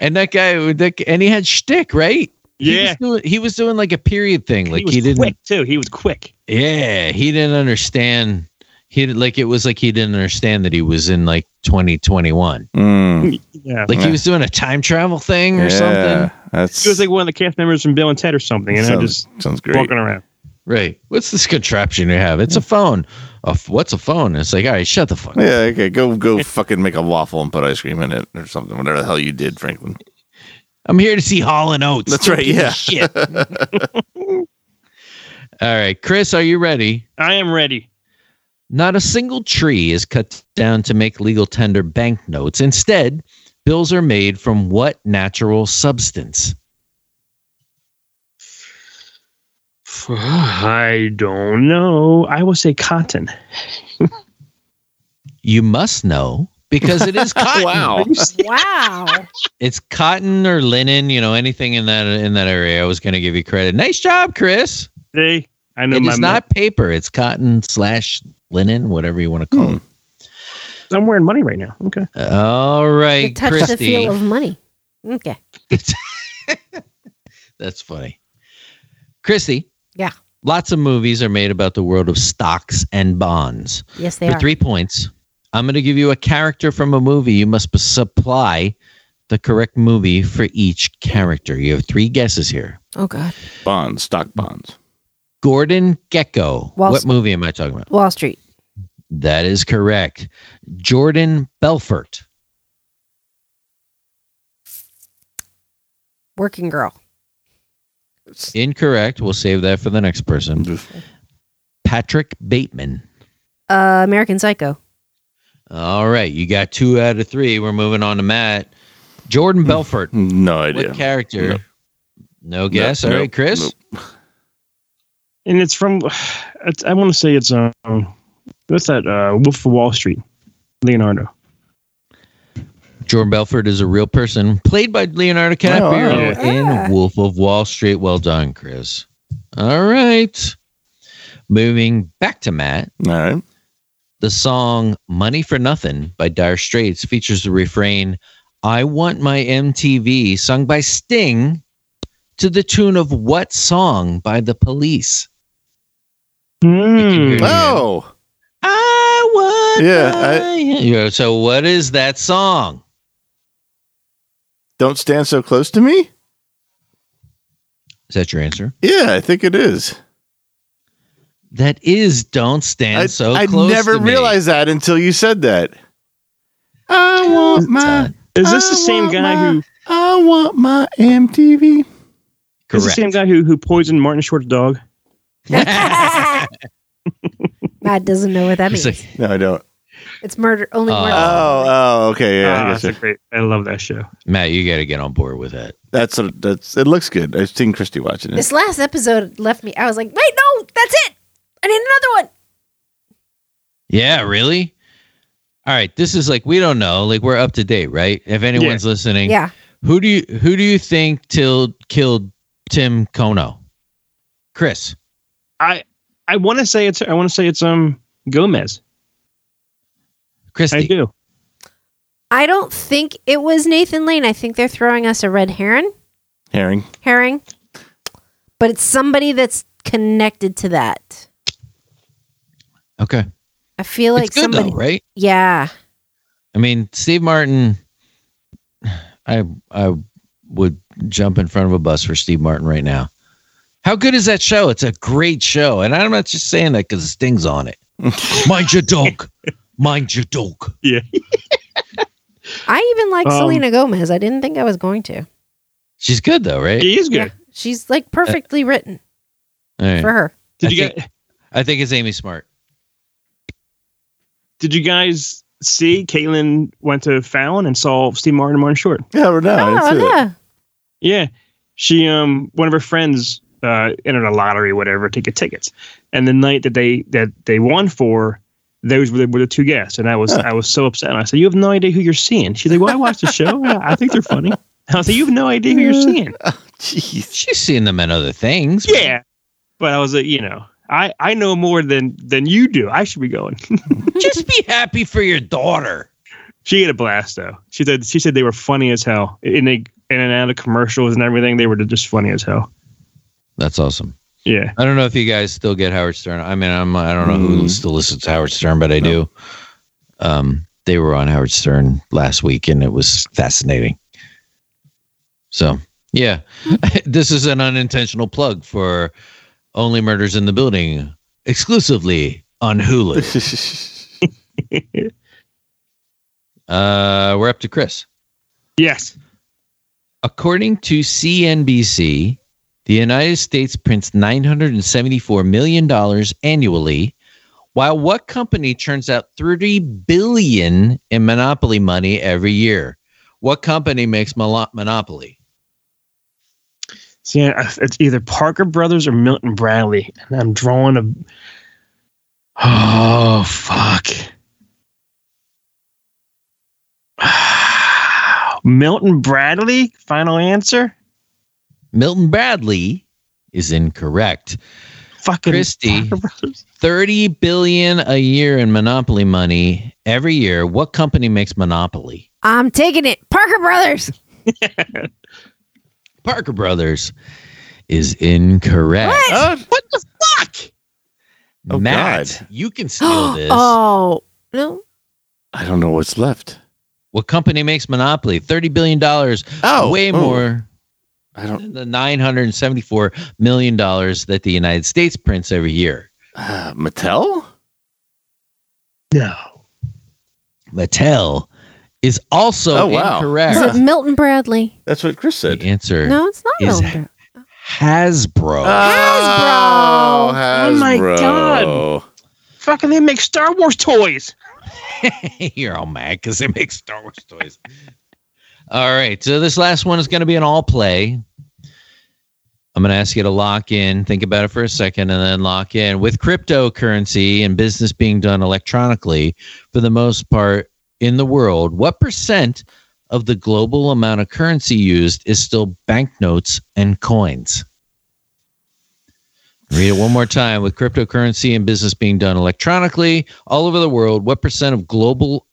S1: And that guy, that, and he had shtick, right? He was,
S4: Yeah.
S1: doing, he was doing like a period thing. Like
S4: he
S1: he,
S4: was
S1: didn't.
S4: quick too. He was quick.
S1: Yeah, he didn't understand. He did- like it was like he didn't understand that he was in like 2021.
S2: Mm,
S4: Yeah.
S1: Like
S2: Yeah.
S1: he was doing a time travel thing or
S2: yeah,
S1: something.
S2: That's,
S4: he was like one of the cast members from Bill and Ted or something, and I'm
S2: sounds,
S4: just
S2: sounds great.
S4: walking around.
S1: Right. What's this contraption you have? It's a phone. A f- what's a phone? It's like, all right, shut the fuck up.
S2: Yeah, okay. Go go fucking make a waffle and put ice cream in it or something. Whatever the hell you did, Franklin.
S1: I'm here to see Hall and Oates.
S2: That's
S1: Don't
S2: right,
S1: give a
S2: yeah.
S1: Shit. all right, Chris, are you ready?
S4: I am ready.
S1: Not a single tree is cut down to make legal tender banknotes. Instead, bills are made from what natural substance?
S4: I don't know. I will say cotton.
S1: You must know because it is cotton.
S2: Wow.
S3: wow.
S1: It's cotton or linen, you know, anything in that in that area. I was going to give you credit. Nice job, Chris.
S4: See, I know
S1: It
S4: my.
S1: is not paper. It's cotton slash linen, whatever you want to call
S2: Hmm.
S1: it.
S4: I'm wearing money right now. Okay.
S1: All
S3: It
S1: right,
S3: touched the
S1: Christy.
S3: feel of money. Okay.
S1: That's funny. Christy.
S3: Yeah.
S1: Lots of movies are made about the world of stocks and bonds.
S3: Yes, they
S1: For
S3: are.
S1: three points, I'm going to give you a character from a movie. You must supply the correct movie for each character. You have three guesses here.
S3: oh God,
S2: Bonds, stock bonds.
S1: Gordon Gecko.
S3: Wall
S1: what
S3: Street.
S1: movie am I talking about?
S3: Wall Street,
S1: That is correct. Jordan Belfort.
S3: Working Girl,
S1: Incorrect. We'll save that for the next person. Patrick Bateman.
S3: uh, American Psycho,
S1: All right, you got two out of three. We're moving on to Matt. Jordan Belfort.
S2: No idea.
S1: What character?
S2: Nope.
S1: No guess.
S2: Nope,
S1: All right,
S2: nope,
S1: Chris.
S2: nope.
S4: And it's from, it's, I want to say it's, um, what's that, uh, Wolf of Wall Street, Leonardo.
S1: Jordan Belfort is a real person, played by Leonardo DiCaprio
S3: wow.
S1: in
S3: Yeah.
S1: Wolf of Wall Street. Well done, Chris. All right. Moving back to Matt.
S2: All right.
S1: The song Money for Nothing by Dire Straits features the refrain, I Want My MTV, sung by Sting to the tune of what song by the police?
S4: Hmm.
S1: Yeah.
S2: Oh,
S1: I want
S2: Yeah,
S1: my- Yeah, so what is that song?
S2: don't stand so close to me.
S1: Is that your answer?
S2: Yeah, I think it is.
S1: That is Don't Stand
S2: I,
S1: So
S2: I
S1: Close.
S2: never
S1: to Me.
S2: realized that until you said that. I want my.
S4: Is this the
S2: I
S4: same
S2: want
S4: guy
S2: my-
S4: who,
S2: I want my MTV.
S4: is this the
S1: uh, Correct.
S4: same guy who, who poisoned Martin Short's dog?
S3: Matt doesn't know what that means.
S1: It's
S3: It's,
S1: like,
S2: No, I don't.
S3: murder, only
S1: Oh.
S3: murder.
S2: Oh, oh, okay. Yeah,
S4: Ah,
S2: I
S4: that's
S2: guess
S4: a great, I love that show.
S1: Matt, you got to get on board with that.
S2: that's what- that's. It looks good. I've seen Christy watching it.
S3: This last episode left me. I was like, wait, no, that's it. I need another one.
S1: Yeah, really? All right, this is like we don't know. Like we're up to date, right? If anyone's listening,
S3: Yeah,
S1: who do you who do you think till killed Tim Kono? Chris.
S4: I, I want to say it's, I want to say it's, um, Gomez. I
S1: Christy.
S4: do.
S3: I don't think it was Nathan Lane. I think they're throwing us a red heron,
S2: Herring.
S3: herring, but it's somebody that's connected to that.
S1: Okay.
S3: I feel like
S1: it's good
S3: somebody.
S1: though, right?
S3: Yeah,
S1: I mean, Steve Martin I I would jump in front of a bus for Steve Martin right now. How good is that show? It's a great show. And I'm not just saying that because Sting's on it. Mind your dog. Mind your dog.
S3: I even like
S4: Um,
S3: Selena Gomez. I didn't think I was going to.
S1: She's good though, right?
S4: He is good.
S3: She's like perfectly written
S1: All right.
S3: for her.
S4: Did
S1: I
S4: you
S1: think-
S4: get,
S1: I think it's Amy Smart.
S4: did you guys see Caitlin went to Fallon and saw Steve Martin and Martin Short?
S2: Yeah, we're not. uh,
S3: oh yeah,
S4: Yeah. She um one of her friends uh entered a lottery, whatever, to get tickets. And the night that they that they won for, those were the, were the two guests. And I was
S2: Huh.
S4: I was so upset. And I said, You have no idea who you're seeing. She's like, Well, I watched the show. I, I think they're funny. And I was like, You have no idea who you're seeing.
S2: Jeez.
S1: She's seen them in other things.
S4: yeah. But I was like, you know, I, I know more than than you do. I should be going.
S1: Just be happy for your daughter.
S4: She had a blast though. She said she said they were funny as hell. And they in and out of commercials and everything, they were just funny as hell.
S1: That's awesome.
S4: Yeah.
S1: I don't know if you guys still get Howard Stern. I mean, I'm I don't know who
S2: Mm.
S1: still listens to Howard Stern, but I do. Um, they were on Howard Stern last week, and it was fascinating. So yeah, this is an unintentional plug for Only Murders in the Building, exclusively on Hulu. Uh, we're up to Chris.
S4: Yes.
S1: According to CNBC, the United States prints $974 million annually, while what company churns out $30 billion in monopoly money every year? What company makes Molo- Monopoly?
S4: See, I- it's either Parker Brothers or Milton Bradley, and I'm drawing a. Oh fuck! Milton Bradley. Final answer.
S1: Milton Bradley is incorrect.
S4: Fucking
S1: Christie.
S4: Parker Brothers.
S1: 30 billion a year in monopoly money every year. What company makes Monopoly?
S3: I'm taking it. Parker Brothers.
S1: Parker Brothers is incorrect.
S2: Oh,
S1: What the fuck?
S2: Oh,
S1: Matt,
S2: God.
S1: you can steal this.
S3: oh no!
S2: I don't know what's left.
S1: What company makes Monopoly? $30 billion,
S2: Oh,
S1: way
S2: oh,
S1: more
S2: I don't.
S1: than the $974 million that the United States prints every year.
S2: Uh, Mattel.
S4: No.
S1: Mattel is also
S2: Oh, wow.
S1: incorrect.
S3: Is it Milton Bradley?
S2: That's what Chris
S1: The
S2: said.
S1: answer
S3: No, it's not
S1: Is-
S3: Milton. Bradley.
S1: Hasbro.
S2: Oh,
S4: Oh, my
S2: Hasbro.
S4: God. Fucking they make Star Wars toys.
S1: You're all mad because they make Star Wars toys. all right. So this last one is going to be an all play. I'm going to ask you to lock in, think about it for a second, and then lock in. With cryptocurrency and business being done electronically for the most part in the world, what percent of the global amount of currency used is still banknotes and coins? Read it one more time. With cryptocurrency and business being done electronically all over the world, what percent of global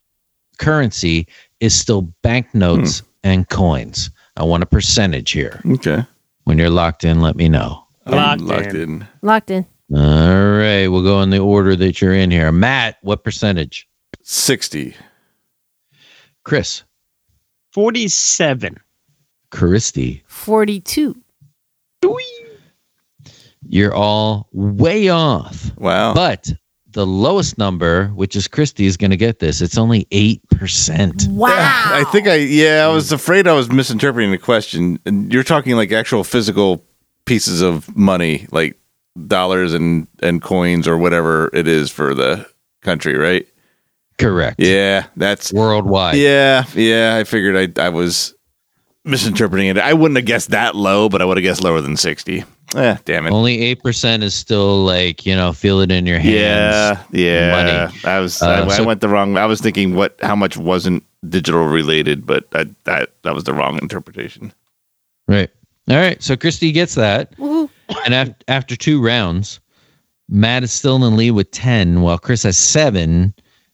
S1: currency is still banknotes
S2: Hmm.
S1: and coins? I want a percentage here.
S2: Okay.
S1: When you're locked in, let me know.
S4: Locked
S2: I'm locked in.
S3: Locked in.
S1: All right, we'll go in the order that you're in here. Matt, what percentage?
S2: Sixty.
S1: Chris,
S4: Forty-seven.
S1: Christy,
S3: Forty-two.
S1: you're all way off.
S2: Wow.
S1: But the lowest number, which is Christy, is going to get this. It's only 8%.
S3: Wow.
S2: I think I yeah, I was afraid I was misinterpreting the question. And You're talking like actual physical pieces of money, like dollars and and coins or whatever it is for the country, right?
S1: Correct.
S2: Yeah, that's
S1: Worldwide.
S2: yeah, yeah. I figured I I was misinterpreting it. I wouldn't have guessed that low, but I would have guessed lower than sixty. Eh, damn it.
S1: Only eight percent is still like you know, feel it in your hands.
S2: Yeah, yeah.
S1: money.
S2: I was
S1: Uh,
S2: I, I
S1: so-
S2: went the wrong. I was thinking what how much wasn't digital related, but I, that that was the wrong interpretation.
S1: Right. All right. So Christy gets that,
S3: Woo.
S1: and after after two rounds, Matt is still in the lead with ten, while Chris has seven,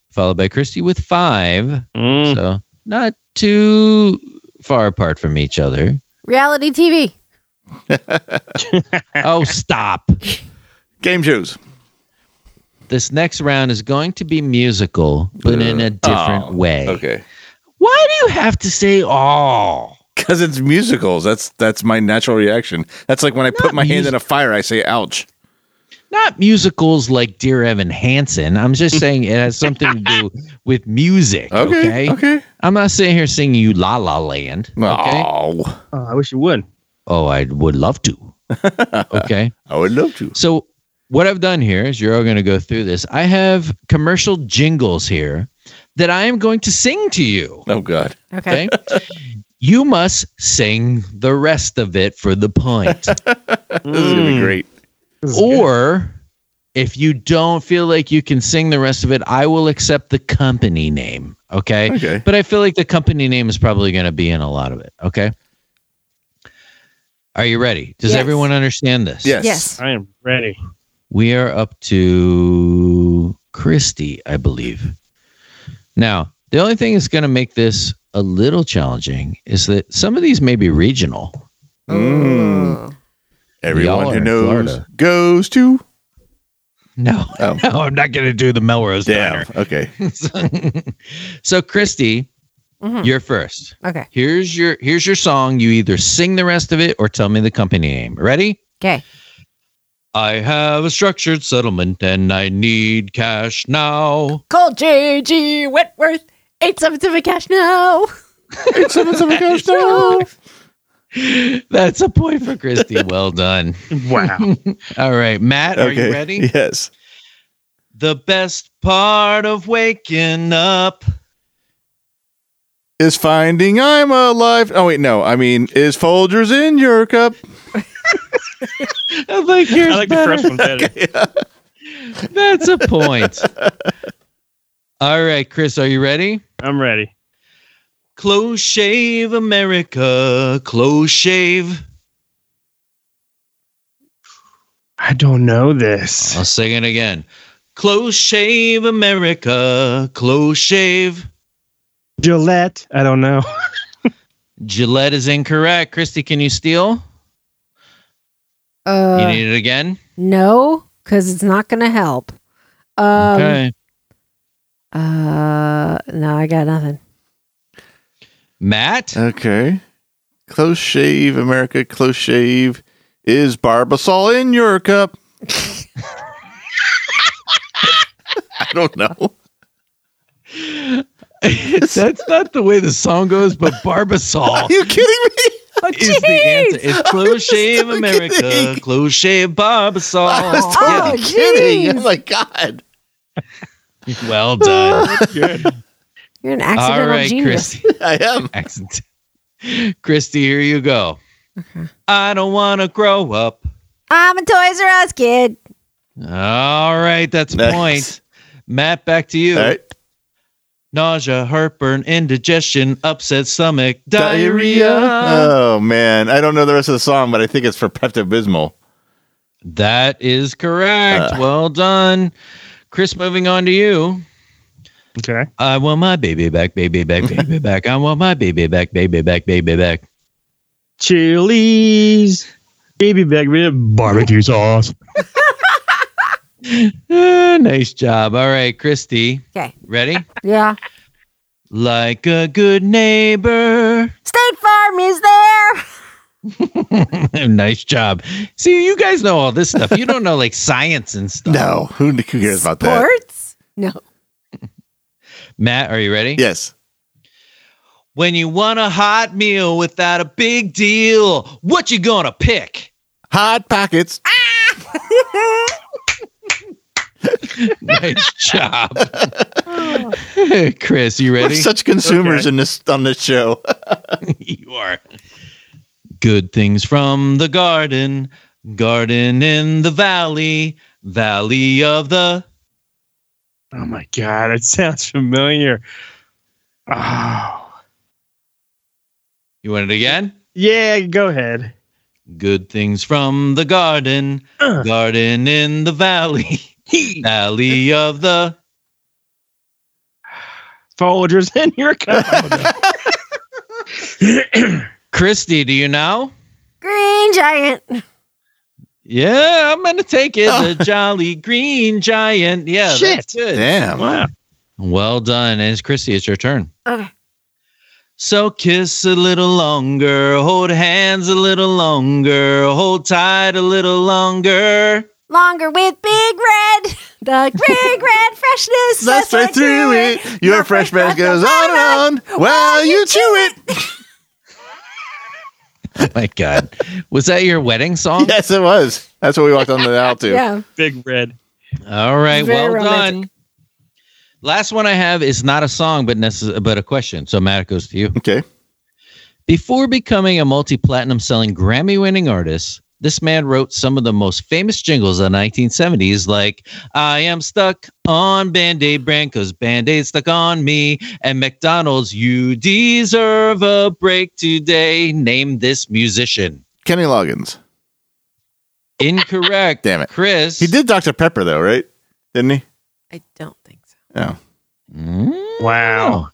S1: followed by Christy with five.
S2: Hmm.
S4: Mm.
S1: So not too far apart from each other.
S3: Reality TV.
S1: Oh, stop.
S2: Game shows.
S1: This next round is going to be musical, but in a different
S2: Oh,
S1: way.
S2: Okay.
S1: Why do you have to say
S4: Oh.
S1: "all"?
S2: Because it's musicals. That's that's my natural reaction. That's like when I put my hand in a fire, I say ouch.
S1: not musicals like Dear Evan Hansen. I'm just saying it has something to do with music. Okay.
S2: Okay. Okay.
S1: I'm not sitting here singing you La La Land. Okay.
S2: Oh,
S4: Oh, I wish you would.
S1: Oh, I would love to. okay.
S2: I would love to.
S1: So what I've done here is you're all going to go through this. I have commercial jingles here that I am going to sing to you.
S2: Oh God.
S3: Okay.
S1: Okay. you must sing the rest of it for the point.
S2: This is gonna be
S4: Mm.
S2: great.
S1: or if you don't feel like you can sing the rest of it, I will accept the company name. Okay.
S2: Okay.
S1: But I feel like the company name is probably going to be in a lot of it. Okay. Are you ready? Does
S3: Yes.
S1: everyone understand this?
S2: Yes.
S3: Yes.
S4: I am ready.
S1: We are up to Christy, I believe. Now, the only thing that's going to make this a little challenging is that some of these may be regional.
S3: Oh.
S2: Mm.
S1: Y'all
S2: Everyone
S1: are
S2: who
S1: in
S2: knows
S1: Florida.
S2: goes to.
S1: No,
S2: Oh.
S1: no, I'm not going to do the Melrose
S2: Damn.
S1: Diner.
S2: Okay.
S1: so, so Christy,
S2: Hmm.
S3: Mhm.
S1: you're first.
S3: Okay.
S1: Here's your here's your song. You either sing the rest of it or tell me the company name. Ready?
S3: Okay.
S1: I have a structured settlement and I need cash now.
S3: Call J.G. Whitworth. Eight seven seven cash now.
S2: Eight seven seven goes to.
S1: That's a point for Christy. Well done.
S4: Wow.
S1: All right, Matt, are
S2: Okay.
S1: you ready?
S2: Yes.
S1: The best part of waking up.
S2: Is finding I'm alive. Oh wait, no. I mean, is Folgers in your cup?
S1: I like yours
S4: I like the
S1: better.
S4: first one better.
S1: That's a point. All right, Chris, are you ready?
S4: I'm ready.
S1: Close shave America, close shave.
S4: I don't know this.
S1: I'll sing it again. Close shave America, close shave.
S4: Gillette. I don't know.
S1: Gillette is incorrect. Christy, can you steal?
S3: Uh,
S1: you need it again?
S3: no, because it's not going to help. Um,
S1: okay.
S3: Uh, no, I got nothing.
S1: Matt?
S3: Uh,
S2: Okay. Close shave, America. Close shave. Is Barbasol in your cup? I don't know.
S1: That's not the way the song goes, but Barbasol
S2: Are you kidding me?
S3: Oh,
S1: is the answer. It's Close Shave
S2: so
S1: America,
S2: kidding.
S1: Close Shave
S2: I was
S1: Barbasol.
S2: totally
S3: Oh,
S2: kidding. Oh
S3: jeez.
S2: my god.
S1: Yeah. Well done.
S3: You're an
S1: All
S3: Uh, accidental
S1: right,
S3: genius.
S1: Christy.
S2: I am.
S1: Accent. Christy, here you go. I don't want to grow up.
S3: I'm a Toys R Us kid.
S1: All right, that's a
S2: Next.
S1: point. Matt, back to you.
S2: All right.
S1: Nausea, heartburn, indigestion, upset stomach, diarrhea.
S2: Oh man. I don't know the rest of the song, but I think it's for Pepto Bismol.
S1: That is correct. well done. Chris, moving on to you.
S4: Okay.
S1: I want my baby back, baby back, baby back. I want my baby back, baby back, baby back.
S4: Chili's baby back rib barbecue sauce.
S1: Ah, nice job. All right, Christy.
S3: Okay.
S1: Ready?
S3: Yeah.
S1: like a good neighbor.
S3: State Farm is there.
S1: nice job. See, you guys know all this stuff. You don't know like science and stuff.
S2: No. Who, who cares about that?
S3: Sports? No.
S1: Matt, are you ready?
S2: Yes.
S1: When you want a hot meal without a big deal, what you gonna pick?
S2: Hot pockets.
S1: Nice job. Chris, you
S2: We're
S1: ready?
S2: such consumers
S4: Okay.
S2: in this on this show.
S1: you are. Good things from the garden, garden in the valley, valley of the
S4: Oh my god, it sounds familiar. Oh.
S1: You want it again?
S4: Yeah, go ahead.
S1: Good things from the garden,
S4: Uh.
S1: garden in the valley, valley of the.
S4: Folgers in your cup. Oh, no.
S1: Christy, do you know?
S3: Green Giant.
S1: Yeah, I'm gonna take it. The jolly green giant. Yeah, that's
S4: Shit.
S1: good.
S2: Damn.
S4: wow.
S1: Well done. And it's Christy, it's your turn.
S3: Okay.
S1: So kiss a little longer, hold hands a little longer, hold tight a little longer.
S3: Longer with Big Red. The Big Red freshness.
S2: That's right through it. Your fresh breath goes on and on while you chew it.
S1: Oh My God, was that your wedding song?
S2: Yes, it was. That's what we walked on the aisle to.
S3: Yeah.
S4: Big red.
S1: All right,
S3: Very
S1: well
S3: romantic.
S1: done. Last one I have is not a song, but necess- but a question. So Matt, it goes to you.
S2: Okay.
S1: Before becoming a multi-platinum selling Grammy-winning artist, this man wrote some of the most famous jingles of the 1970s, like "I am stuck on Band-Aid brand 'cause Band-Aid stuck on me," and McDonald's "You deserve a break today." Name this musician.
S2: Kenny Loggins.
S1: Incorrect.
S2: Damn it.
S1: Chris.
S2: He did Dr. Pepper though, right? Didn't he?
S3: I don't think so.
S2: Oh.
S1: Mm.
S4: Wow.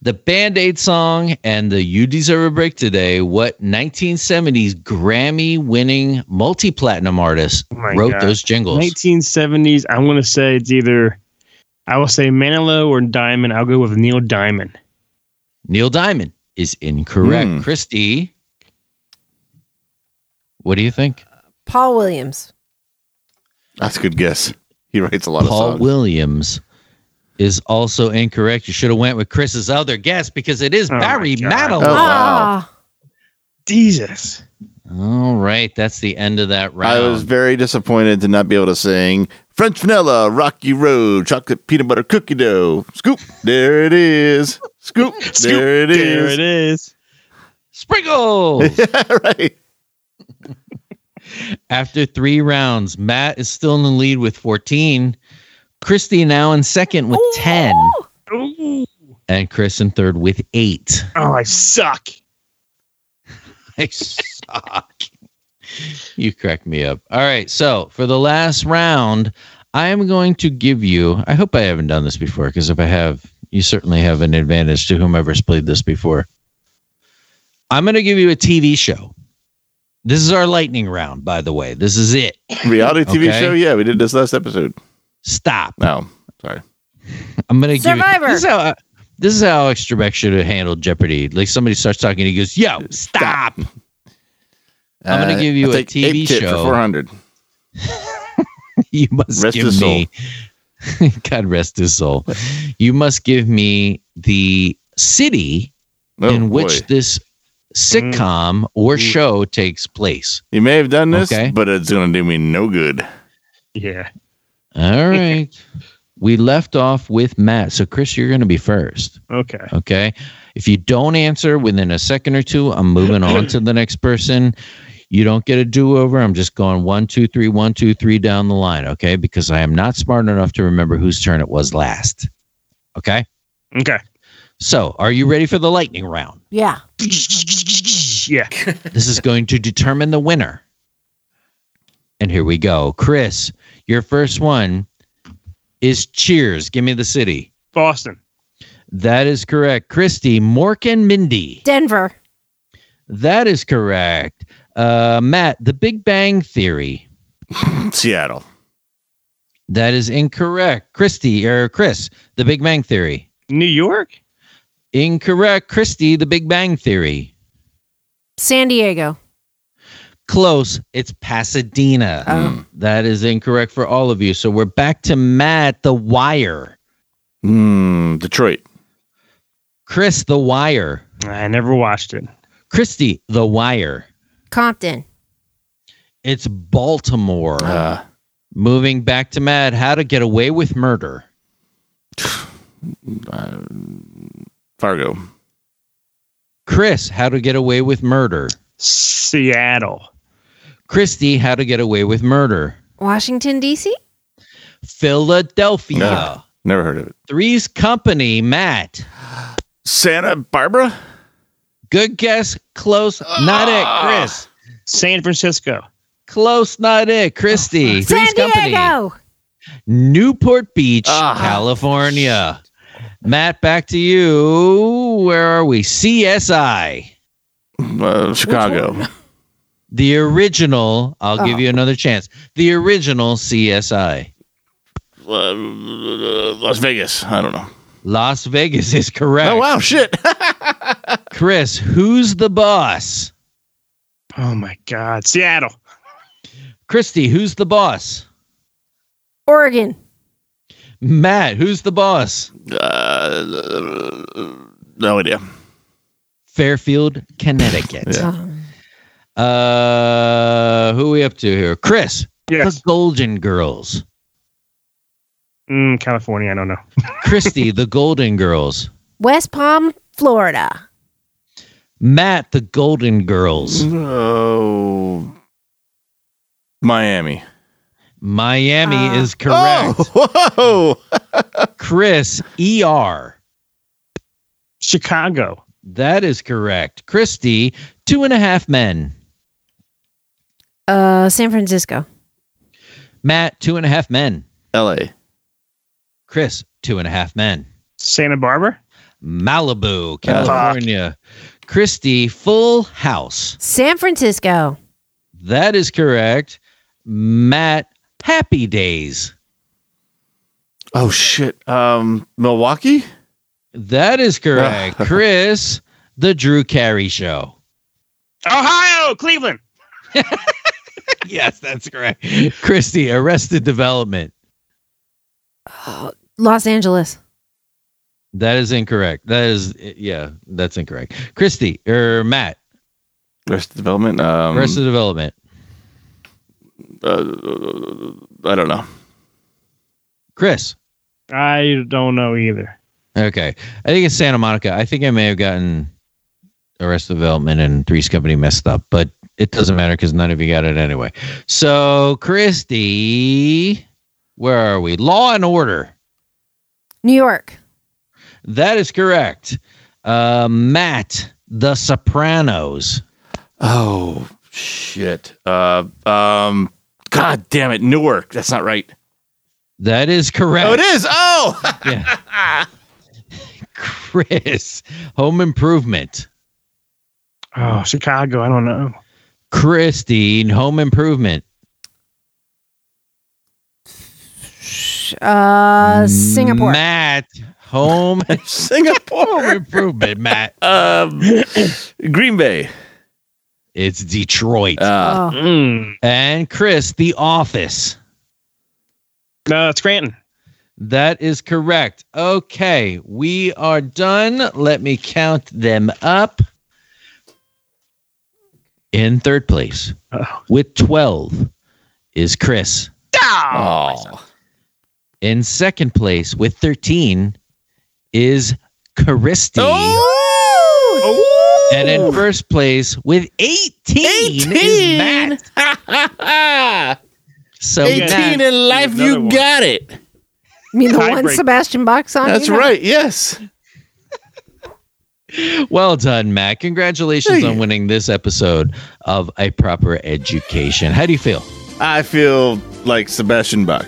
S1: The Band Aid song and the You Deserve a Break Today. What 1970s Grammy winning multi platinum artist
S4: Oh my
S1: wrote
S4: God.
S1: those jingles?
S4: 1970s. I'm going to say it's either, I will say Manilow or Diamond. I'll go with Neil Diamond.
S1: Neil Diamond is incorrect.
S2: Hmm.
S1: Christy, what do you think?
S3: Paul Williams.
S2: That's a good guess. He writes a lot
S1: Paul
S2: of songs.
S1: Williams is also incorrect. You should have went with Chris's other guess because it is
S4: Oh my
S1: Barry
S4: God.
S1: Manilow.
S2: Oh, wow.
S3: Ah.
S4: Jesus.
S1: All right, that's the end of that round.
S2: I was very disappointed to not be able to sing French vanilla, rocky road, chocolate peanut butter cookie dough. Scoop, there it is. Scoop,
S4: Scoop,
S2: there it
S4: There
S2: is.
S4: it is.
S1: Sprinkles.
S2: Yeah, right.
S1: After three rounds, Matt is still in the lead with 14. Christy now in second with 10.
S3: Ooh.
S4: Ooh.
S1: And Chris in third with eight.
S4: Oh, I suck.
S1: I suck. You crack me up. All right. So for the last round, I am going to give you. I hope I haven't done this before because if I have, you certainly have an advantage to whomever's played this before. I'm going to give you a TV show. This is our lightning round, by the way. This is it.
S2: Reality TV
S1: Okay.
S2: show? Yeah, we did this last episode.
S1: Stop.
S2: No, sorry.
S1: I'm gonna give you-
S3: Survivor.
S1: this is how this is how extra Beck should have handled Jeopardy. Like somebody starts talking, he goes, "Yo, stop!" I'm gonna give you
S2: I'll
S1: a
S2: Uh, take
S1: TV
S2: Ape Kit
S1: show.
S2: for 400.
S1: you must
S2: Rest
S1: give
S2: his
S1: me. God rest his soul. You must give me the city
S2: Oh,
S1: in which
S2: boy.
S1: this sitcom or
S4: Mm.
S1: show takes place.
S2: you may have done this,
S1: Okay.
S2: but it's gonna do me no good.
S4: Yeah.
S1: All right. we left off with Matt. So, Chris, you're going to be first.
S4: Okay.
S1: Okay. If you don't answer within a second or two, I'm moving on to the next person. You don't get a do over. I'm just going one, two, three, one, two, three down the line. Okay. Because I am not smart enough to remember whose turn it was last. Okay.
S4: Okay.
S1: So, are you ready for the lightning round?
S3: Yeah.
S4: Yeah.
S1: This is going to determine the winner. And here we go. Chris, your first one is Cheers. Give me the city.
S4: Boston.
S1: That is correct. Christy, Mork and Mindy.
S3: Denver.
S1: That is correct. Uh, Matt, The Big Bang Theory.
S2: Seattle,
S1: That is incorrect. Christy, or Chris, The Big Bang Theory.
S4: New York.
S1: Incorrect. Christy, The Big Bang Theory.
S3: San Diego.
S1: Close. It's Pasadena.
S3: Oh.
S1: That is incorrect for all of you. So we're back to Matt, The Wire.
S2: mm, Detroit,
S1: Chris The Wire.
S4: I never watched it.
S1: Christy The Wire.
S3: Compton.
S1: It's Baltimore.
S2: uh,
S1: Moving back to Matt, how to get away with murder.
S2: uh, Fargo,
S1: Chris, how to get away with murder.
S4: Seattle.
S1: Christy, how to get away with murder.
S3: Washington, D.C.?
S1: Philadelphia.
S2: Yeah. never heard of it.
S1: Three's Company, Matt.
S2: Santa Barbara,
S1: Good guess. Close. Not
S2: Ah.
S1: it, Chris.
S4: San Francisco.
S1: Close, not it, Christy.
S3: San
S1: Three's Company.
S3: Diego.
S1: Newport Beach,
S2: Ah.
S1: California. Matt, back to you. Where are we? CSI.
S2: uh, Chicago,
S1: The original, I'll give
S3: Oh.
S1: you another chance. The original CSI.
S2: uh, Las Vegas. I don't know.
S1: Las Vegas is correct.
S2: Oh wow, shit.
S1: Chris, who's the boss?
S4: Oh my God. Seattle.
S1: Christy, who's the boss?
S3: Oregon.
S1: Matt, who's the boss?
S2: uh, no idea.
S1: Fairfield, Connecticut.
S2: Yeah.
S3: Um,
S1: Uh, who are we up to here? Chris,
S4: Yes.
S1: the Golden Girls.
S4: Mm, California. I don't know.
S1: Christy, the Golden Girls.
S3: West Palm, Florida.
S1: Matt, the Golden Girls.
S2: Oh, Miami.
S1: Miami
S3: Ah.
S1: is correct.
S2: Oh, whoa.
S1: Chris, ER.
S4: Chicago.
S1: That is correct. Christy, two and a half men.
S3: Uh, San Francisco.
S1: Matt, two and a half men.
S2: L.A.
S1: Chris, two and a half men.
S4: Santa Barbara.
S1: Malibu, California. Christy, full house.
S3: San Francisco.
S1: That is correct. Matt, happy days.
S2: Oh shit. Um, Milwaukee.
S1: That is correct. Chris, the Drew Carey show.
S4: Ohio. Cleveland.
S1: Yes, that's correct. Christy, arrested development.
S3: Oh, Los Angeles.
S1: That is incorrect. That is, yeah, that's incorrect. Christy, or Matt,
S2: Rest of development. Um,
S1: arrested development.
S2: uh, I don't know.
S1: Chris,
S4: I don't know either.
S1: Okay. I think it's Santa Monica. I think I may have gotten Arrest Development and Three's Company messed up, but it doesn't matter because none of you got it anyway. So, Christy, where are we? Law and Order.
S3: New York.
S1: That is correct. Uh, Matt, The Sopranos.
S2: Oh shit. Uh, um, God damn it, Newark. That's not right.
S1: That is correct.
S2: Oh, it is. Oh,
S1: Yeah. Chris, Home Improvement.
S4: Oh, Chicago. I don't know.
S1: Christine, Home Improvement.
S3: Uh, Singapore.
S1: Matt, Home
S2: Singapore.
S1: Improvement. Matt,
S2: um, Green Bay.
S1: it's Detroit.
S2: Uh,
S3: oh.
S4: Mm.
S1: and Chris, The Office.
S4: No, Uh, it's Scranton.
S1: That is correct. Okay, we are done. Let me count them up. In third place
S4: Oh.
S1: with 12 is Chris.
S2: oh.
S1: In second place with 13 is Christy.
S4: Oh.
S1: And in first place with 18, is Matt. So
S4: 18.
S1: Matt,
S2: in
S4: life, you Another one.
S2: got it.
S3: You mean the
S4: Tiebreaker.
S3: one Sebastian Bach's on?
S2: That's
S3: You know?
S2: right. Yes.
S1: Well done, Matt. Congratulations
S2: Hey.
S1: on winning this episode of A Proper Education. How do you feel?
S2: I feel like Sebastian Bach.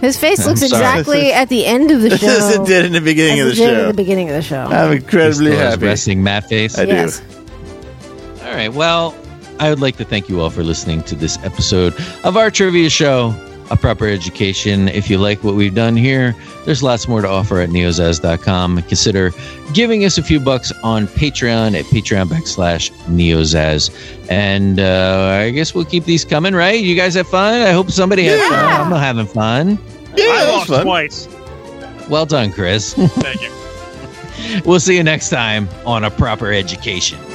S3: His face looks
S1: sorry.
S3: exactly at the end of the show.
S2: As it did in the beginning
S3: as
S2: of the
S3: it did at
S2: show.
S3: the beginning of the show.
S2: I'm incredibly
S1: Still has
S2: happy.
S1: Resting Matt face.
S2: I do.
S3: Yes.
S1: All right. Well, I would like to thank you all for listening to this episode of our trivia show, A Proper Education. If you like what we've done here, there's lots more to offer at neozaz.com. Consider giving us a few bucks on Patreon at patreon backslash neozaz. And uh, I guess we'll keep these coming, right? You guys have fun? I hope somebody had
S2: Yeah.
S1: fun. I'm not having fun.
S2: Yeah,
S4: I
S2: that was
S4: lost
S2: fun.
S4: twice.
S1: Well done, Chris.
S4: Thank you.
S1: we'll see you next time on A Proper Education.